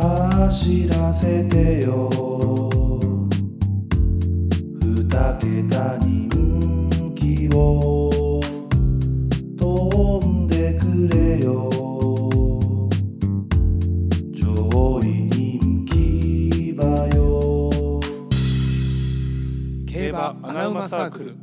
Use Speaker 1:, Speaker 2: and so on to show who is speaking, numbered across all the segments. Speaker 1: 走らせてよ二桁人気を飛んでくれよ上位人気馬よ
Speaker 2: 競馬アナウマサークル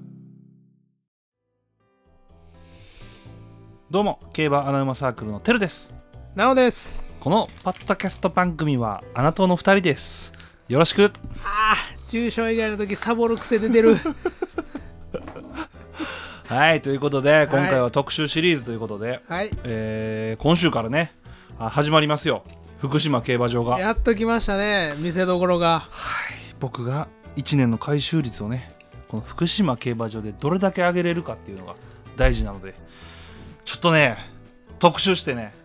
Speaker 3: どうも競馬アナウマサークルのてるです
Speaker 4: なおです
Speaker 3: このパッドキャスト番組はあなたの二人ですよろしく
Speaker 4: あー重症以外の時サボる癖で出る
Speaker 3: はいということで今回は特集シリーズということで、
Speaker 4: はい
Speaker 3: えー今週からねあ始まりますよ福島競馬場が
Speaker 4: やっと来ましたね見せどころが
Speaker 3: 僕が1年の回収率をねこの福島競馬場でどれだけ上げれるかっていうのが大事なのでちょっとね特集してね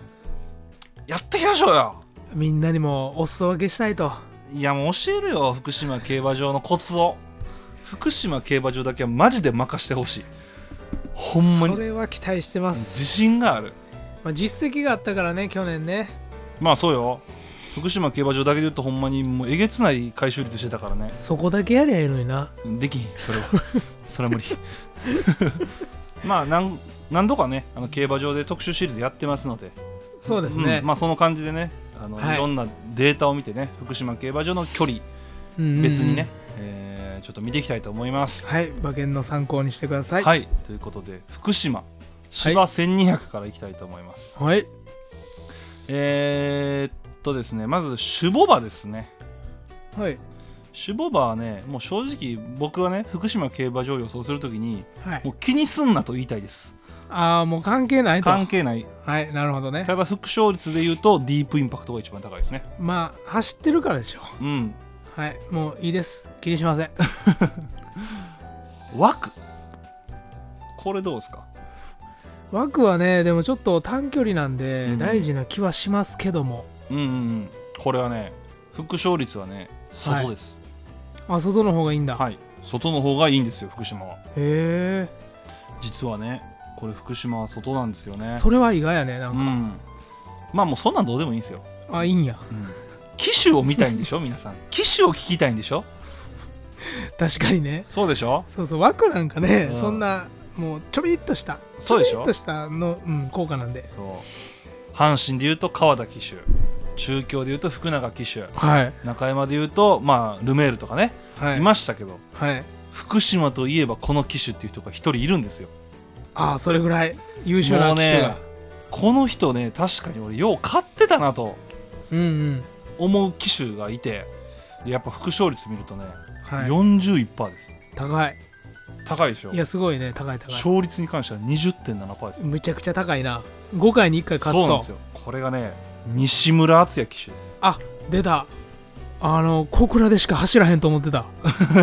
Speaker 3: やっていきましょうよ
Speaker 4: みんなにもお裾分けしたいと
Speaker 3: いやもう教えるよ福島競馬場のコツを福島競馬場だけはマジで任してほしいほんま
Speaker 4: そ
Speaker 3: に
Speaker 4: れは期待してます、
Speaker 3: 自信がある
Speaker 4: まあ、実績があったからね去年ね
Speaker 3: まあそうよ福島競馬場だけで言うとほんまにもうえげつない回収率してたからね
Speaker 4: そこだけやりゃいいのにな
Speaker 3: できひんそれは それは無理まあなん何度かねあの競馬場で特集シリーズやってますので
Speaker 4: そうですね、
Speaker 3: うんまあ、その感じでねあの、
Speaker 4: はい
Speaker 3: い、ろんなデータを見てね福島競馬場の距離
Speaker 4: うんうんうん
Speaker 3: 別にね、えーちょっと見ていきたいと思います
Speaker 4: はい馬券の参考にしてください
Speaker 3: はい、ということで福島芝1200からいきたいと思います、
Speaker 4: はい
Speaker 3: えー、っとですねまずシュボバですね
Speaker 4: はい
Speaker 3: シュボバはねもう正直僕はね福島競馬場を予想するときに
Speaker 4: はい
Speaker 3: もう気にすんなと言いたいです
Speaker 4: ああもう関係ないと
Speaker 3: 関係ない
Speaker 4: はいなるほどね
Speaker 3: ただ副勝率で言うとディープインパクトが一番高いですね
Speaker 4: まあ走ってるからでしょ
Speaker 3: うん
Speaker 4: はいもういいです気にしません
Speaker 3: 枠これどうですか
Speaker 4: 枠はねでもちょっと短距離なんで、
Speaker 3: うん
Speaker 4: 大事な気はしますけども
Speaker 3: うんうんうんこれはね副勝率はね外です
Speaker 4: あ外の方がいいんだ、
Speaker 3: はい、外の方がいいんですよ福島は
Speaker 4: へ
Speaker 3: 実はねこれ福島は外なんですよね
Speaker 4: えそれは意外やねな
Speaker 3: うん
Speaker 4: か、
Speaker 3: んまあもうそんなんどうでもいいんですよ、
Speaker 4: あいいんや
Speaker 3: 機種を見たいんでしょ皆さん機種を聞きたいんでしょ
Speaker 4: 確かにね
Speaker 3: そうでしょ
Speaker 4: そうそう枠なんかね、
Speaker 3: うん
Speaker 4: そんなもうちょびっとした
Speaker 3: そうでし
Speaker 4: ちょび
Speaker 3: ょ
Speaker 4: っとしたの、うん、効果なんで
Speaker 3: そう阪神で言うと川田機種中京で言うと福永機種
Speaker 4: はい
Speaker 3: 中山で言うとまあルメールとかね、
Speaker 4: はい
Speaker 3: いましたけど
Speaker 4: はい
Speaker 3: 福島といえばこの機種っていう人が一人いるんですよ
Speaker 4: あそれぐらい優秀な機種が
Speaker 3: もこの人ね確かに俺よう勝ってたなと
Speaker 4: うんうん
Speaker 3: 思う機種がいてでやっぱ副勝率見るとね、
Speaker 4: はい
Speaker 3: 41%です
Speaker 4: 高い
Speaker 3: 高いでしょ
Speaker 4: いやすごいね高い高い
Speaker 3: 勝率に関しては20.7%ですよ
Speaker 4: むちゃくちゃ高いな5回に1回勝
Speaker 3: そうなんです
Speaker 4: つと
Speaker 3: よこれがね西村敦也騎手です
Speaker 4: あ出たあの小倉でしか走らへんと思ってた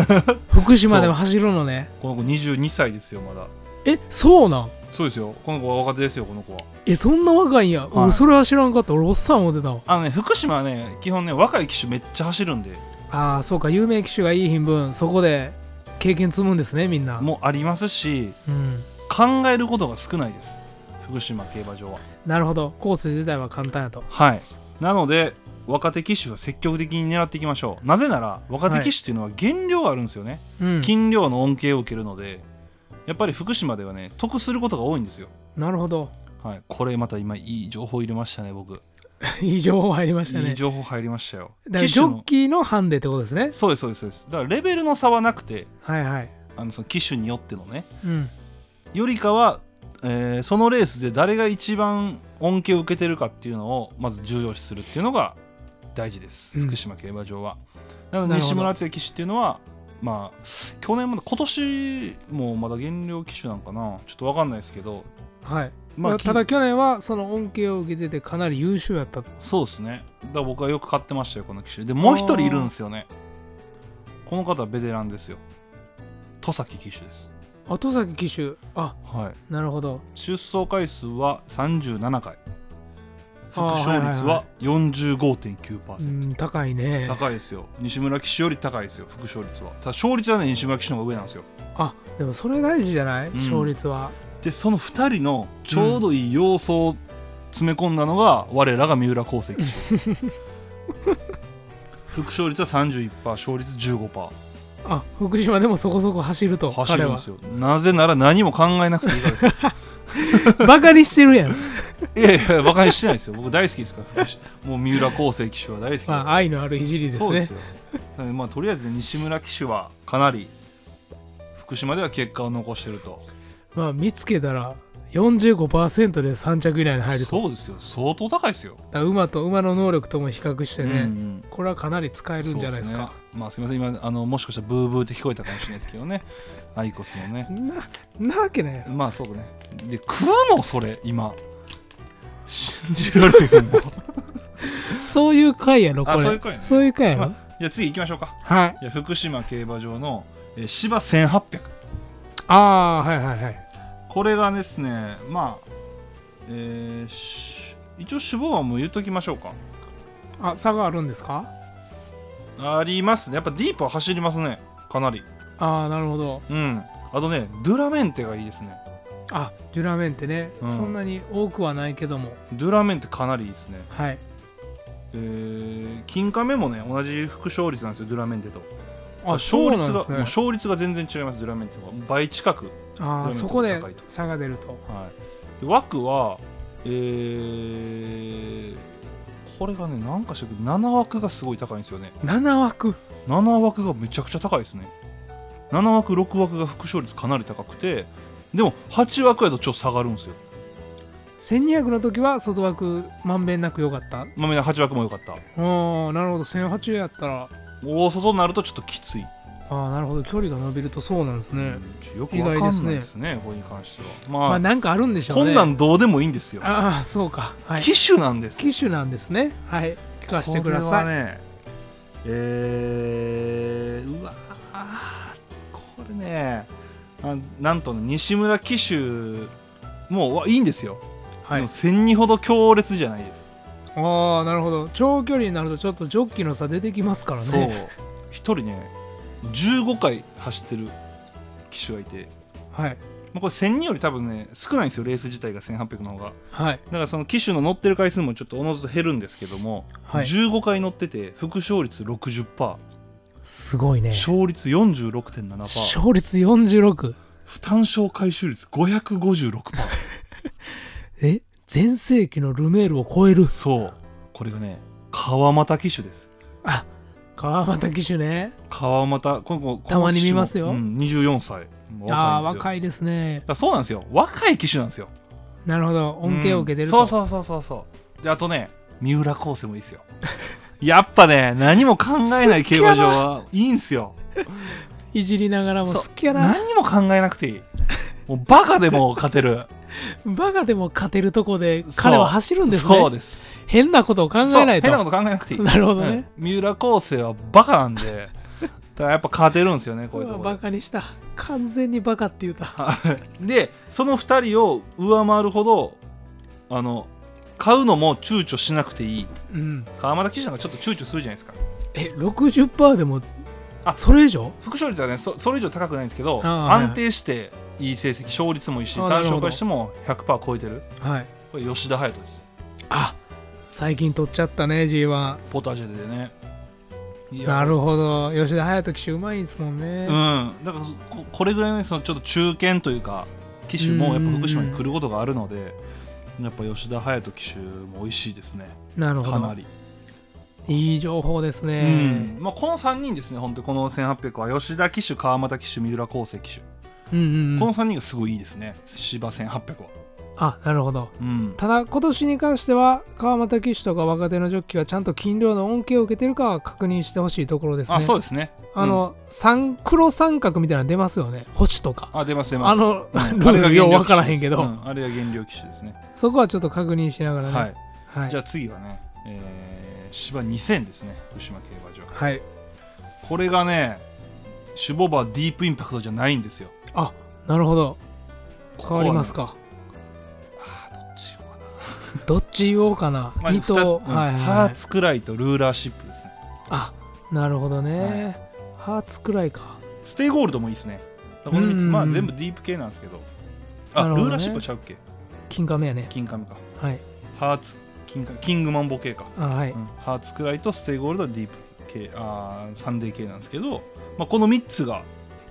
Speaker 4: 福島でも走るのね
Speaker 3: この子22歳ですよまだ
Speaker 4: えそうなん
Speaker 3: そうですよこの子は若手ですよこの子は
Speaker 4: えそんな若いんや、
Speaker 3: はい
Speaker 4: 俺それは知らんかった俺おっさん思ってたわ
Speaker 3: あのね福島はね基本ね若い騎手めっちゃ走るんで
Speaker 4: ああそうか有名騎手がいい品分そこで経験積むんですねみんな
Speaker 3: もうありますし
Speaker 4: うん
Speaker 3: 考えることが少ないです福島競馬場は
Speaker 4: なるほどコース自体は簡単やと
Speaker 3: はいなので若手騎手は積極的に狙っていきましょうなぜなら若手騎手っていうのは減量があるんですよね、
Speaker 4: うん
Speaker 3: 金量の恩恵を受けるのでやっぱり福島ではね得することが多いんですよ
Speaker 4: なるほ ど
Speaker 3: はい、これまた今いい情報入れましたね僕
Speaker 4: いい情報入りました
Speaker 3: いい
Speaker 4: ね
Speaker 3: 情報入りましたよ
Speaker 4: だから
Speaker 3: 機
Speaker 4: ジ
Speaker 3: 種
Speaker 4: ョ
Speaker 3: の
Speaker 4: ッキーのハンデってことですね
Speaker 3: そうですそうですそうですだからレベルの差はなくて
Speaker 4: はいはい
Speaker 3: あのその機種によってのね
Speaker 4: うん
Speaker 3: よりかは、えーそのレースで誰が一番恩恵を受けてるかっていうのをまず重要視するっていうのが大事です、
Speaker 4: うん
Speaker 3: 福島競馬場はなの
Speaker 4: な
Speaker 3: で
Speaker 4: るほど
Speaker 3: 西村敦也騎手っていうのはまあ去年まで今年もまだ減量騎手なんかなちょっと分かんないですけど
Speaker 4: はい、
Speaker 3: ま
Speaker 4: ま
Speaker 3: あ
Speaker 4: あ、
Speaker 3: き
Speaker 4: ただ去年はその恩恵を受けててかなり優秀やったと
Speaker 3: そうですねだから僕はよく買ってましたよこの機種でもう一人いるんですよねこの方はベテランですよ戸崎騎手です
Speaker 4: 後崎騎手あ
Speaker 3: はい
Speaker 4: なるほど
Speaker 3: 出走回数は37回副
Speaker 4: あー
Speaker 3: 勝率は
Speaker 4: は
Speaker 3: 45.9%、
Speaker 4: うん高いね
Speaker 3: 高いですよ西村騎手より高いですよ副勝率はただ勝率はね西村騎手の方が上なんですよ
Speaker 4: あでもそれ大事じゃない、
Speaker 3: ん
Speaker 4: 勝率は
Speaker 3: でその2人のちょうどいい要素を詰め込んだのが我らが三浦康生騎手です、 副勝率は31%勝率15%
Speaker 4: あ福島でもそこそこ走ると
Speaker 3: 走
Speaker 4: 彼
Speaker 3: るんで
Speaker 4: は
Speaker 3: すよなぜなら何も考えなくていいからですよ
Speaker 4: バカにしてるや ん、
Speaker 3: いやいやバカにしてないですよ僕大好きですから福島もう三浦康生騎手は大好きです
Speaker 4: まあ、愛のあるいじりです
Speaker 3: そうで
Speaker 4: ね
Speaker 3: すよなのでまあとりあえず西村騎手はかなり福島では結果を残してると
Speaker 4: まあ見つけたら45%で3着以内に入ると
Speaker 3: そうですよ相当高いですよ、
Speaker 4: だから馬と馬の能力とも比較して
Speaker 3: うん
Speaker 4: ね、
Speaker 3: うん
Speaker 4: これはかなり使えるんじゃないですか
Speaker 3: そうねまあすみません今あのもしかしたらブーブーって聞こえたかもしれないですけどね アイコスのね
Speaker 4: ななわけね
Speaker 3: まあそうねで食うのそれ今信じられへんわ
Speaker 4: そういう回やろこ
Speaker 3: あ
Speaker 4: れ
Speaker 3: そういう回ね
Speaker 4: そういう回やろ、
Speaker 3: ま じゃあ次行きましょうか
Speaker 4: はい
Speaker 3: じゃあ福島競馬場の、えー芝1800
Speaker 4: ああはいはいはい
Speaker 3: これがですねまあえーし一応脂肪はもう言っときましょうか
Speaker 4: あ差があるんですか
Speaker 3: ありますねやっぱディープは走りますねかなり
Speaker 4: ああなるほど
Speaker 3: うんあとねドゥラメンテがいいですね
Speaker 4: あデュラメンってね、
Speaker 3: うん
Speaker 4: そんなに多くはないけども
Speaker 3: ドゥラメンテかなりいいですね
Speaker 4: はい
Speaker 3: えー金亀もね同じ副勝率なんですよドゥラメンテと
Speaker 4: あ
Speaker 3: 勝率がも
Speaker 4: そう
Speaker 3: う
Speaker 4: なんですね
Speaker 3: 勝率が全然違いますドゥラメンテは倍近く、
Speaker 4: あ
Speaker 3: ド
Speaker 4: あ
Speaker 3: ゥラメンテ
Speaker 4: そこで
Speaker 3: 高いと
Speaker 4: 差が出ると
Speaker 3: はい、で枠はえーこれがねなんかしら7枠がすごい高いんですよね
Speaker 4: 7枠
Speaker 3: 7枠がめちゃくちゃ高いですね7枠6枠が副勝率かなり高くてでも8枠やとちょっと下がるんですよ
Speaker 4: 1200の時は外枠まんべんなく良かった
Speaker 3: まあみんな8枠も良かった
Speaker 4: ああなるほど1080やったら
Speaker 3: 大外になるとちょっときつい、
Speaker 4: ああなるほど距離が伸びるとそうなんですね、
Speaker 3: うんよくわかんないですねこれに関してはまあ、
Speaker 4: まあなんかあるんでしょう
Speaker 3: こ
Speaker 4: ね
Speaker 3: んなんどうでもいいんですよ
Speaker 4: ああそうかはい
Speaker 3: 機種なんです
Speaker 4: 機種なんですねはい聞かせてください、
Speaker 3: これはねえー、うわーこれねあなんとね西村機種もうわいいんですよ、
Speaker 4: は
Speaker 3: で
Speaker 4: い
Speaker 3: も1000ほど強烈じゃないです
Speaker 4: ああなるほど長距離になるとちょっとジョッキーの差出てきますから
Speaker 3: そう
Speaker 4: ね
Speaker 3: 1人ね15回走ってる機種がいて、
Speaker 4: はい
Speaker 3: まあ、これ1000より多分ね少ないんですよレース自体が1800の方が
Speaker 4: はい
Speaker 3: だからその機種の乗ってる回数もちょっとおのずと減るんですけども、
Speaker 4: はい
Speaker 3: 15回乗ってて副勝率60%
Speaker 4: すごいね
Speaker 3: 勝率46.7%
Speaker 4: 勝率46
Speaker 3: 負担症回収率556%
Speaker 4: え全盛期のルメールを超える
Speaker 3: そうこれがね川又機種です
Speaker 4: あ川又機種ね
Speaker 3: 川又このこの
Speaker 4: たまに見ますよ
Speaker 3: この機種もうん、24歳もう
Speaker 4: ああー
Speaker 3: 若いんですよ
Speaker 4: 若いですね
Speaker 3: だからそうなんですよ若い機種なんですよ
Speaker 4: なるほど恩恵を受けてると、
Speaker 3: うんそうそうそうそうそうであとね三浦康生もいいですよ やっぱね何も考えない競馬場はいいんすよ
Speaker 4: いじりながらも
Speaker 3: そう
Speaker 4: 好きやな
Speaker 3: 何も考えなくていいもうバカでも勝てる
Speaker 4: バカでも勝てるとこで彼は走るんですね
Speaker 3: そうです
Speaker 4: 変なことを考えない
Speaker 3: そう変なことと考えなくていい
Speaker 4: なるほどね、
Speaker 3: うん三浦康生はバカなんでだからやっぱ勝てるんですよねこういうと
Speaker 4: うわ
Speaker 3: ころ
Speaker 4: バ
Speaker 3: で
Speaker 4: カにした完全にバカって言うた
Speaker 3: はいでその2人を上回るほどあの買うのも躊躇しなくていい
Speaker 4: うん
Speaker 3: 川又騎手なんかちょっと躊躇するじゃないですか
Speaker 4: え60%でも
Speaker 3: あ
Speaker 4: それ以上
Speaker 3: 副勝率はねそそれ以上高くないんですけど
Speaker 4: あーはい
Speaker 3: 安定していい成績勝率もいいし
Speaker 4: あー
Speaker 3: 単
Speaker 4: なるほど
Speaker 3: 勝化しても100%超えてる
Speaker 4: はい
Speaker 3: これ吉田隼人です
Speaker 4: あ最近取っちゃったね G1
Speaker 3: ポタジェでねいや
Speaker 4: なるほど吉田隼人騎手うまいんですもんね、
Speaker 3: うん、だからそここれぐらいの,、ね、そのちょっと中堅というか機種もやっぱ福島に来ることがあるのでやっぱ吉田隼人機種も美味しいですね
Speaker 4: なるほ
Speaker 3: か
Speaker 4: ど
Speaker 3: なり、
Speaker 4: いい情報です
Speaker 3: う
Speaker 4: ね
Speaker 3: ん、まあ、この3人ですね本当にこの1800は吉田機種川又機種三浦康生機種、
Speaker 4: うんうん
Speaker 3: こ
Speaker 4: う
Speaker 3: の
Speaker 4: ん
Speaker 3: 3人がすごいいいですね芝1800は、
Speaker 4: あなるほど
Speaker 3: うん、
Speaker 4: ただ今年に関しては川又騎手とか若手のジョッキーはちゃんと金量の恩恵を受けてるかは確認してほしいところですね
Speaker 3: あそうですね
Speaker 4: あの、三黒三角みたいなの出ますよね星とか
Speaker 3: うんあ出ます出ます
Speaker 4: あの、
Speaker 3: うんあ
Speaker 4: ル
Speaker 3: れ
Speaker 4: ー
Speaker 3: が
Speaker 4: ル
Speaker 3: 原
Speaker 4: よう
Speaker 3: 料
Speaker 4: 分
Speaker 3: 機種
Speaker 4: から
Speaker 3: です
Speaker 4: へんけど、
Speaker 3: うんあれが原料機種ですね
Speaker 4: そこはちょっと確認しながらね
Speaker 3: はい
Speaker 4: はい
Speaker 3: じゃあ次はね、えー芝2000ですね福島競馬場
Speaker 4: はい、
Speaker 3: これがねシュボバーディープインパクトじゃないんですよ
Speaker 4: あなるほど
Speaker 3: ここ
Speaker 4: 変
Speaker 3: は
Speaker 4: わ
Speaker 3: ね
Speaker 4: りますか
Speaker 3: あーどっちようか
Speaker 4: どっち言おうかな、
Speaker 3: な、まあ
Speaker 4: 二頭、
Speaker 3: 二つうん
Speaker 4: はいはい
Speaker 3: ハ
Speaker 4: は
Speaker 3: ー
Speaker 4: い
Speaker 3: ツクライとルーラーシップですね
Speaker 4: あなるほどね、ハーツくらいか
Speaker 3: ステイゴールドもいいですねこの3つ
Speaker 4: うんうんうん
Speaker 3: まあ全部ディープ系なんですけどあ
Speaker 4: なる
Speaker 3: ル
Speaker 4: ほ
Speaker 3: ー
Speaker 4: どね
Speaker 3: ラーシップちゃうっけ
Speaker 4: 金亀やね
Speaker 3: 金髪か
Speaker 4: はい
Speaker 3: ハーツ金髪キングマンボ系か、
Speaker 4: あはい、
Speaker 3: うんハーツクライとステイゴールドはディープ系あーサンデー系なんですけど、まあ、この3つが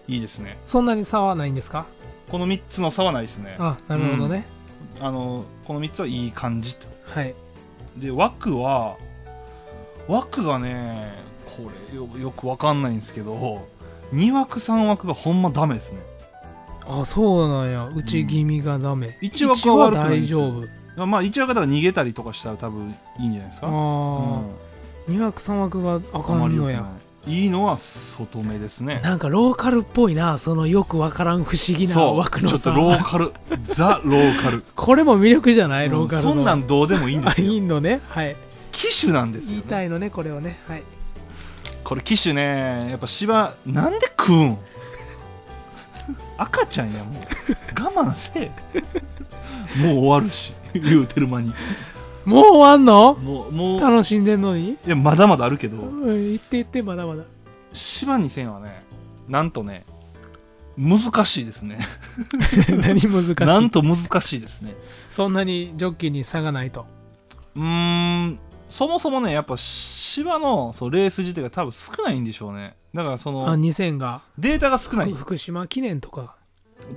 Speaker 3: いいですね
Speaker 4: そんなに差はないんですか
Speaker 3: この3つの差はないですねあ
Speaker 4: あなるほどね、
Speaker 3: のこの3つはいい感じって
Speaker 4: はい
Speaker 3: で枠は枠がねこれよよくわかんないんですけど2枠3枠がほんまダメですね
Speaker 4: あそうなんやうち気味がダメ、
Speaker 3: 一枠は悪くないん
Speaker 4: 大
Speaker 3: ですよ
Speaker 4: 丈夫
Speaker 3: まあ一応だから逃げたりとかしたら多分いいんじゃないですか
Speaker 4: あ
Speaker 3: うん
Speaker 4: あ、2枠3枠があか
Speaker 3: あま
Speaker 4: ん
Speaker 3: り良
Speaker 4: の
Speaker 3: く
Speaker 4: や
Speaker 3: ないいいのは外目ですね
Speaker 4: なんかローカルっぽいなそのよくわからん不思議な
Speaker 3: そう
Speaker 4: 枠の
Speaker 3: ちょっと
Speaker 4: さ
Speaker 3: ローカルザ・ローカル
Speaker 4: これも魅力じゃない、ローカルの
Speaker 3: そんなんどうでもいいんで
Speaker 4: あ
Speaker 3: す
Speaker 4: いい
Speaker 3: よ
Speaker 4: のねはい
Speaker 3: 機種なんです
Speaker 4: 言
Speaker 3: よ、
Speaker 4: い
Speaker 3: ね、
Speaker 4: たいのねこれをねはい
Speaker 3: これ機種ねやっぱ芝なんで食うん赤ちゃんやもう我慢せえもう終わるし言うてる間に
Speaker 4: もう終わんの
Speaker 3: もうもう
Speaker 4: 楽しんでんのに
Speaker 3: いやまだまだあるけど
Speaker 4: うん言って言ってまだ まだ
Speaker 3: 芝2000はねなんとね難しいですね
Speaker 4: 何難しい
Speaker 3: なんと難しいですね
Speaker 4: そんなにジョッキーに差がないと
Speaker 3: うーんそもそもねやっぱ芝のそのレース自体が多分少ないんでしょうねだからそ
Speaker 4: あ
Speaker 3: の
Speaker 4: 2000が、
Speaker 3: データが少ない
Speaker 4: 福島記念とか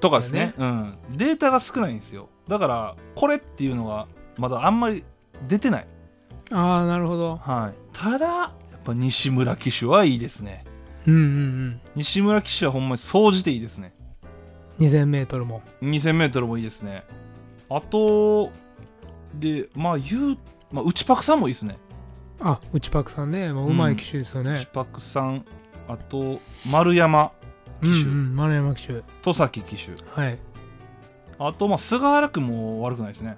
Speaker 3: とかですねうん、データが少ないんですよだからこれっていうのがまだあんまり出てない、
Speaker 4: ああなるほど
Speaker 3: はい、ただやっぱ西村騎手はいいですね
Speaker 4: うんうん
Speaker 3: 西村騎手はほんまに総じていいですね
Speaker 4: うん 2000m も
Speaker 3: 2000m もいいですねあとでまあ言う、まあ、内パクさんもいいですね
Speaker 4: あ内パクさんねもううまい機種ですよ
Speaker 3: 内
Speaker 4: ね、
Speaker 3: パクさんあと丸山う
Speaker 4: う、
Speaker 3: んん
Speaker 4: う
Speaker 3: 機
Speaker 4: ん
Speaker 3: 種
Speaker 4: 丸山機種
Speaker 3: 戸崎騎手
Speaker 4: はい
Speaker 3: あと、まあ、菅原君も悪くないですね。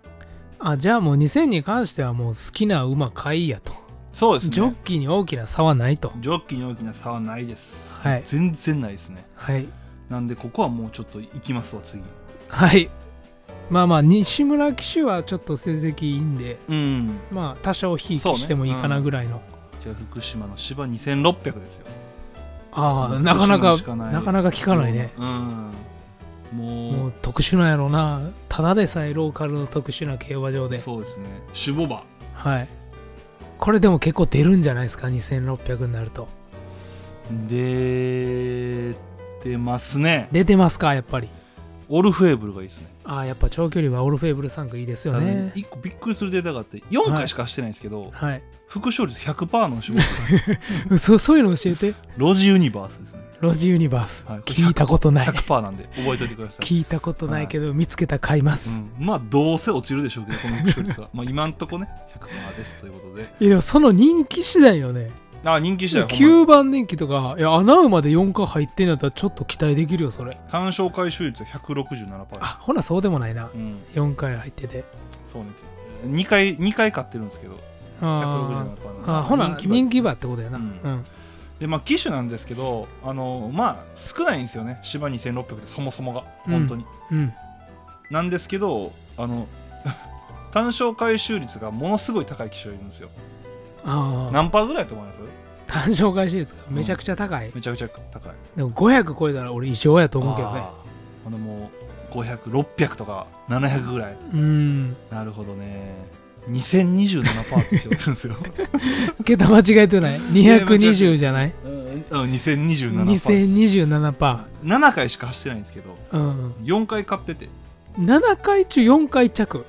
Speaker 4: あじゃあもう2000に関してはもう好きな馬買いやと、
Speaker 3: そうですね。
Speaker 4: ジョッキーに大きな差はないと
Speaker 3: ジョッキーに大きな差はないです。
Speaker 4: はい
Speaker 3: 全然ないですね。
Speaker 4: はい
Speaker 3: なんで、ここはもうちょっと行きますわ、次。
Speaker 4: はいまあまあ西村騎手はちょっと成績いいんで
Speaker 3: うん。
Speaker 4: まあ多少ひいき
Speaker 3: そうね
Speaker 4: してもいいかなぐらいの、
Speaker 3: じゃあ、福島の芝2600ですよ。
Speaker 4: ああ
Speaker 3: うん
Speaker 4: なかな
Speaker 3: 福島
Speaker 4: か
Speaker 3: しかない
Speaker 4: なかなか聞かないね、。
Speaker 3: うん。もう、
Speaker 4: もう特殊なんやろうなただでさえローカルの特殊な競馬場で
Speaker 3: そうですね。守護馬。
Speaker 4: はいこれでも結構出るんじゃないですか2600になると
Speaker 3: 出てますね。
Speaker 4: 出てますかやっぱり
Speaker 3: オルフェーブルがいいですね。
Speaker 4: ああやっぱ長距離はオルフェーブル3区いいですよ
Speaker 3: ただね
Speaker 4: ね
Speaker 3: 一個びっくりするデータがあって、4回しか走ってないんですけど、
Speaker 4: はい
Speaker 3: 副勝率100%の守護馬。
Speaker 4: そそういうの教えて
Speaker 3: ロジユニバースですね。
Speaker 4: ロジユニバース、
Speaker 3: はい
Speaker 4: 聞いたことない
Speaker 3: 100%なんで、覚えておいてください。
Speaker 4: 聞いたことないけど、見つけたら買います、
Speaker 3: うん、まあどうせ落ちるでしょうけどこの副勝率はまあ今んとこね100%ですということで
Speaker 4: いやでもその人気次第よね
Speaker 3: あ人気次第ほんま
Speaker 4: 9番電気とかいや穴馬で4回入ってんやったらちょっと期待できるよそれ
Speaker 3: 単勝回収率は167%、
Speaker 4: あほなそうでもないな
Speaker 3: うん、
Speaker 4: 4回入ってて
Speaker 3: そうね2回二回買ってるんですけど
Speaker 4: あー
Speaker 3: 167%
Speaker 4: あーほな人気
Speaker 3: 馬
Speaker 4: 馬ってことやな、
Speaker 3: う
Speaker 4: うんん
Speaker 3: でまあ機種なんですけどあのまあ少ないんですよね芝2600ってそもそもが本当に、
Speaker 4: うん
Speaker 3: なんですけどあの 単勝回収率がものすごい高い機種がいるんですよ
Speaker 4: ああ
Speaker 3: 何パーぐらいだと思います
Speaker 4: 単勝開始ですか
Speaker 3: ん
Speaker 4: めちゃくちゃ高い、
Speaker 3: めちゃくちゃ高い
Speaker 4: でも500超えたら俺異常やと思うけどね
Speaker 3: あーほんでもう500600とか700ぐらい
Speaker 4: うん
Speaker 3: なるほどね2027%って人がいるんですよ
Speaker 4: 桁間違えてない220じゃない
Speaker 3: うん2027%
Speaker 4: 2027%、
Speaker 3: 7回しか走ってないんですけど
Speaker 4: うん、
Speaker 3: 4回買ってて
Speaker 4: 7回中4回着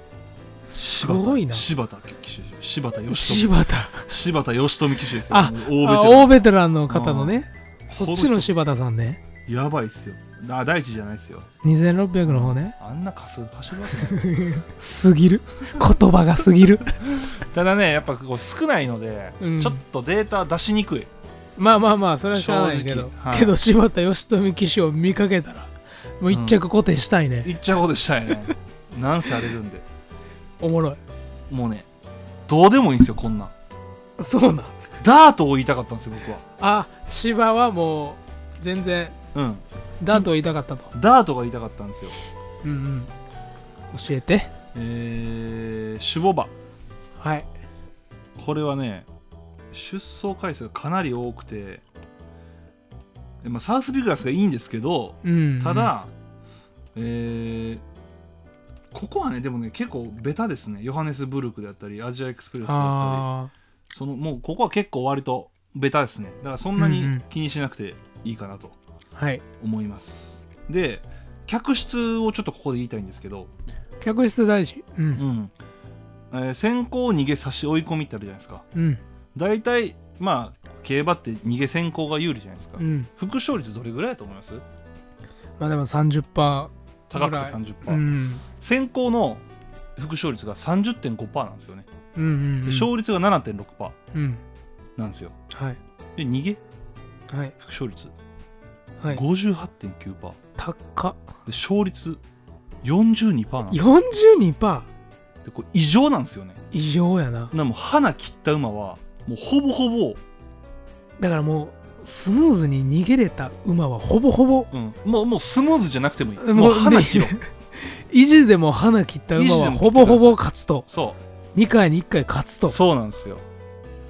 Speaker 3: す
Speaker 4: ごいな
Speaker 3: 柴田騎手柴田義
Speaker 4: 柴田
Speaker 3: 富柴田義富騎手ですよ
Speaker 4: あ
Speaker 3: もう
Speaker 4: あ
Speaker 3: 大
Speaker 4: 大
Speaker 3: ベ
Speaker 4: ベテランの方のね
Speaker 3: テ
Speaker 4: そ
Speaker 3: ラ
Speaker 4: っ
Speaker 3: ン
Speaker 4: ちの柴田さんね
Speaker 3: この人やばいっすよあ第一じゃないっすよ
Speaker 4: 2600の方ね
Speaker 3: あんなかす走るわけない
Speaker 4: すぎる言葉がすぎる
Speaker 3: ただねやっぱこう少ないので、
Speaker 4: うん
Speaker 3: ちょっとデータ出しにくい
Speaker 4: まあまあまあそれはしゃあないけ
Speaker 3: 正
Speaker 4: ど、
Speaker 3: 直はい
Speaker 4: けど柴田義富騎手を見かけたらもう一着固定したいね、
Speaker 3: いっちゃうことしたい ねなんせあれるんで
Speaker 4: おもろい
Speaker 3: もうねどうでもいいんですよこんなん
Speaker 4: そうなん
Speaker 3: ダートを言いたかったんですよ僕は
Speaker 4: あ芝はもう全然
Speaker 3: うん
Speaker 4: ダートを言いたかったと、
Speaker 3: ダートが言いたかったんですよ
Speaker 4: うんうん、教えて
Speaker 3: えー、守護馬
Speaker 4: はい
Speaker 3: これはね出走回数がかなり多くて、まあ、サウスビグラスがいいんですけど
Speaker 4: うん
Speaker 3: ただ、えーここはねでもね結構ベタですねヨハネスブルクであったりアジアエクスプレスだった
Speaker 4: あ
Speaker 3: りそのもうここは結構割とベタですねだからそんなに
Speaker 4: うんうん
Speaker 3: 気にしなくていいかなと
Speaker 4: はい
Speaker 3: 思います、で客室をちょっとここで言いたいんですけど、
Speaker 4: 客室大事う
Speaker 3: うんんえー先行逃げ差し追い込みってあるじゃないですか
Speaker 4: うん
Speaker 3: 大体まあ競馬って逃げ先行が有利じゃないですか、
Speaker 4: うん
Speaker 3: 副勝率どれぐらいだと思います
Speaker 4: まあでも30%
Speaker 3: 高くて
Speaker 4: ぐらい
Speaker 3: 30%、
Speaker 4: うん
Speaker 3: 先行の副勝率が30.5%なんですよね
Speaker 4: うんうん
Speaker 3: で
Speaker 4: うん
Speaker 3: 勝率が7.6%
Speaker 4: うん
Speaker 3: なんですよ
Speaker 4: はい
Speaker 3: で逃げ
Speaker 4: はい
Speaker 3: 副勝率
Speaker 4: はい
Speaker 3: 58.9%
Speaker 4: 高っ
Speaker 3: で勝率42%なんですよ
Speaker 4: 42%
Speaker 3: でこれ異常なんですよね
Speaker 4: 異常やな
Speaker 3: なもう花切った馬はもうほぼほぼ、
Speaker 4: だからもうスムーズに逃げれた馬はほぼほぼ
Speaker 3: うん、もうもうスムーズじゃなくてもいい
Speaker 4: もう
Speaker 3: もう花切 ろう、
Speaker 4: 維持でも花切った馬はほぼほぼ勝つと
Speaker 3: そ
Speaker 4: 2回に1回勝つ
Speaker 3: う
Speaker 4: と
Speaker 3: そうなんですよ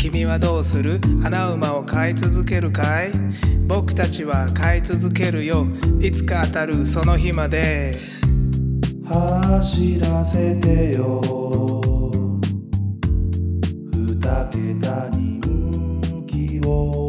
Speaker 4: 君はどうする穴馬を飼い続けるかい僕たちは飼い続けるよいつか当たるその日まで
Speaker 1: 走らせてよ二桁人気を